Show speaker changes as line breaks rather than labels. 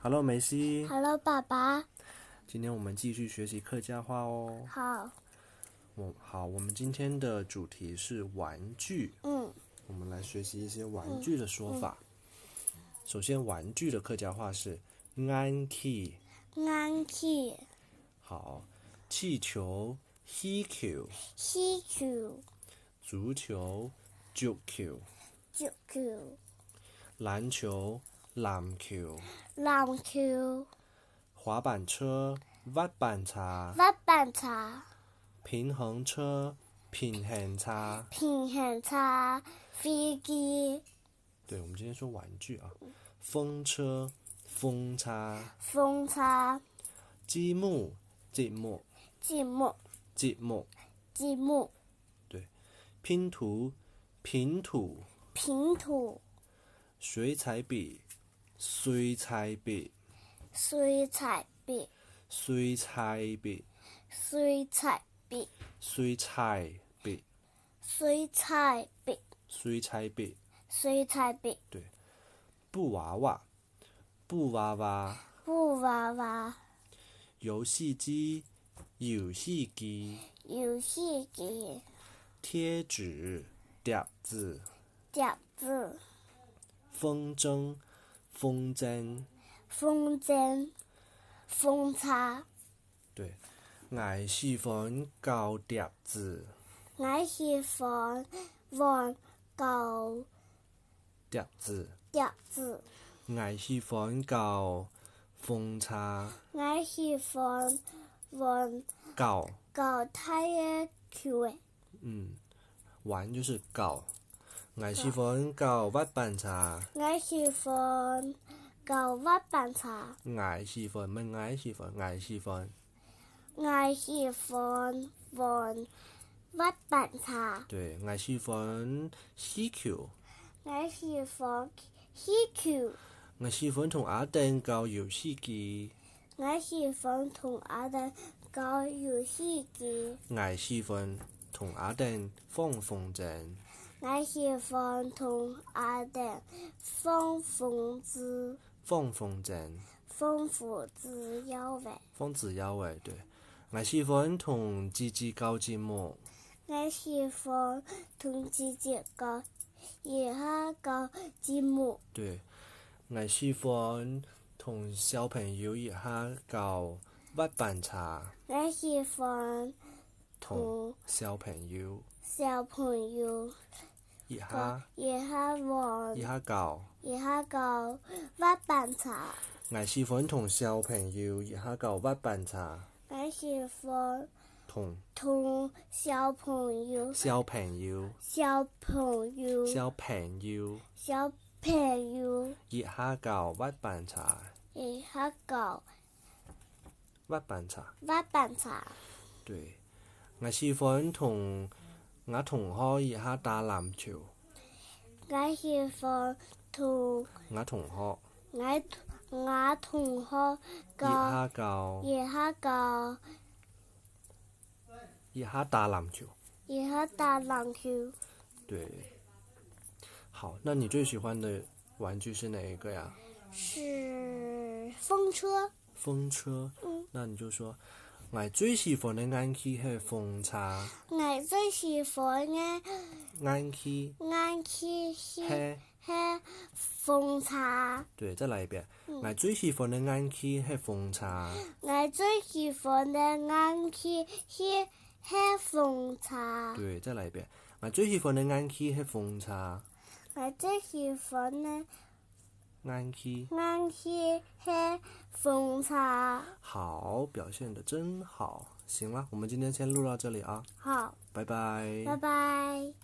Hello，梅西，
Hello，爸爸，
今天我们继续学习客家话哦。
好，
我好，我们今天的主题是玩具，
嗯，
我们来学习一些玩具的说法。首先，玩具的客家话是安 key，
安去
好，气球 he q，
西球
足球 ju q，
九球
篮球 lam q，
篮球
滑板车 v 板叉，
滑板车
平衡车平衡叉。
平衡车飞机
对，我们今天说玩具啊，风车、风叉、
风车
积木、积木、
积木
积木、
积木
拼图、拼图、
拼图
水彩笔、水彩笔、
水彩笔
水彩笔、
水彩笔
水彩笔、
水彩笔
水彩笔，
水彩笔
布娃娃、布娃娃、
布娃娃
游戏机、游戏机、
游戏机
贴纸、碟子、
夹子
风筝、风筝。
风筝风车。
对，我喜欢搞碟子，
我喜欢玩狗
碟子，
碟子，
我喜欢搞风叉，
我喜欢玩
搞，
狗太的球，
嗯，玩就是搞。我喜欢搞滑板叉，
我喜欢狗滑板车，
我喜欢，唔係我喜欢，我喜欢。
我喜欢玩滑板车，
对，我喜欢气球，
我喜欢踢球，
我喜欢同阿丁搞游戏机，
我喜欢同阿弟搞游戏机，
我喜欢同阿丁放风筝。
我喜欢同阿弟放风筝。
放风筝。
丰富自由的。
方子腰诶，对，我喜欢同芝芝搞节目，
我喜欢同自己搞一下搞节目，
对，我喜欢同小朋友一下搞滑板茶，
我喜欢
同
同
小朋友
小朋友
一
搞
下
一下玩
一下搞，
一下搞滑板车，
我喜欢同小朋友一下搞滑板茶，
我喜欢
同
同小朋友
小朋友
小朋友
小朋友
小朋友
一下搞滑板茶，
一下搞
滑板茶。
滑板车，
对，我喜歡同我同開一下打籃球，
我喜欢同。
我同學
我我同学
一
教
下教
而家教
一下打籃球。
而家打篮球，
對，好，那你最喜歡的玩具是哪一個呀？
是风车。
風車。
嗯
那你就說，我最喜歡的眼鏡係風叉，
我最喜欢的
眼鏡
眼鏡是
係
是风车，
對，再來一遍。我最喜歡的眼鏡係風叉，
我最喜欢的眼鏡是是风车，
對，再來一遍。我最喜歡的眼鏡係風叉，
我最喜欢的眼
眼鏡。
鏡是风车。
好，表现的真好。行了，我们今天先录到这里啊，
好，
拜拜。
拜拜。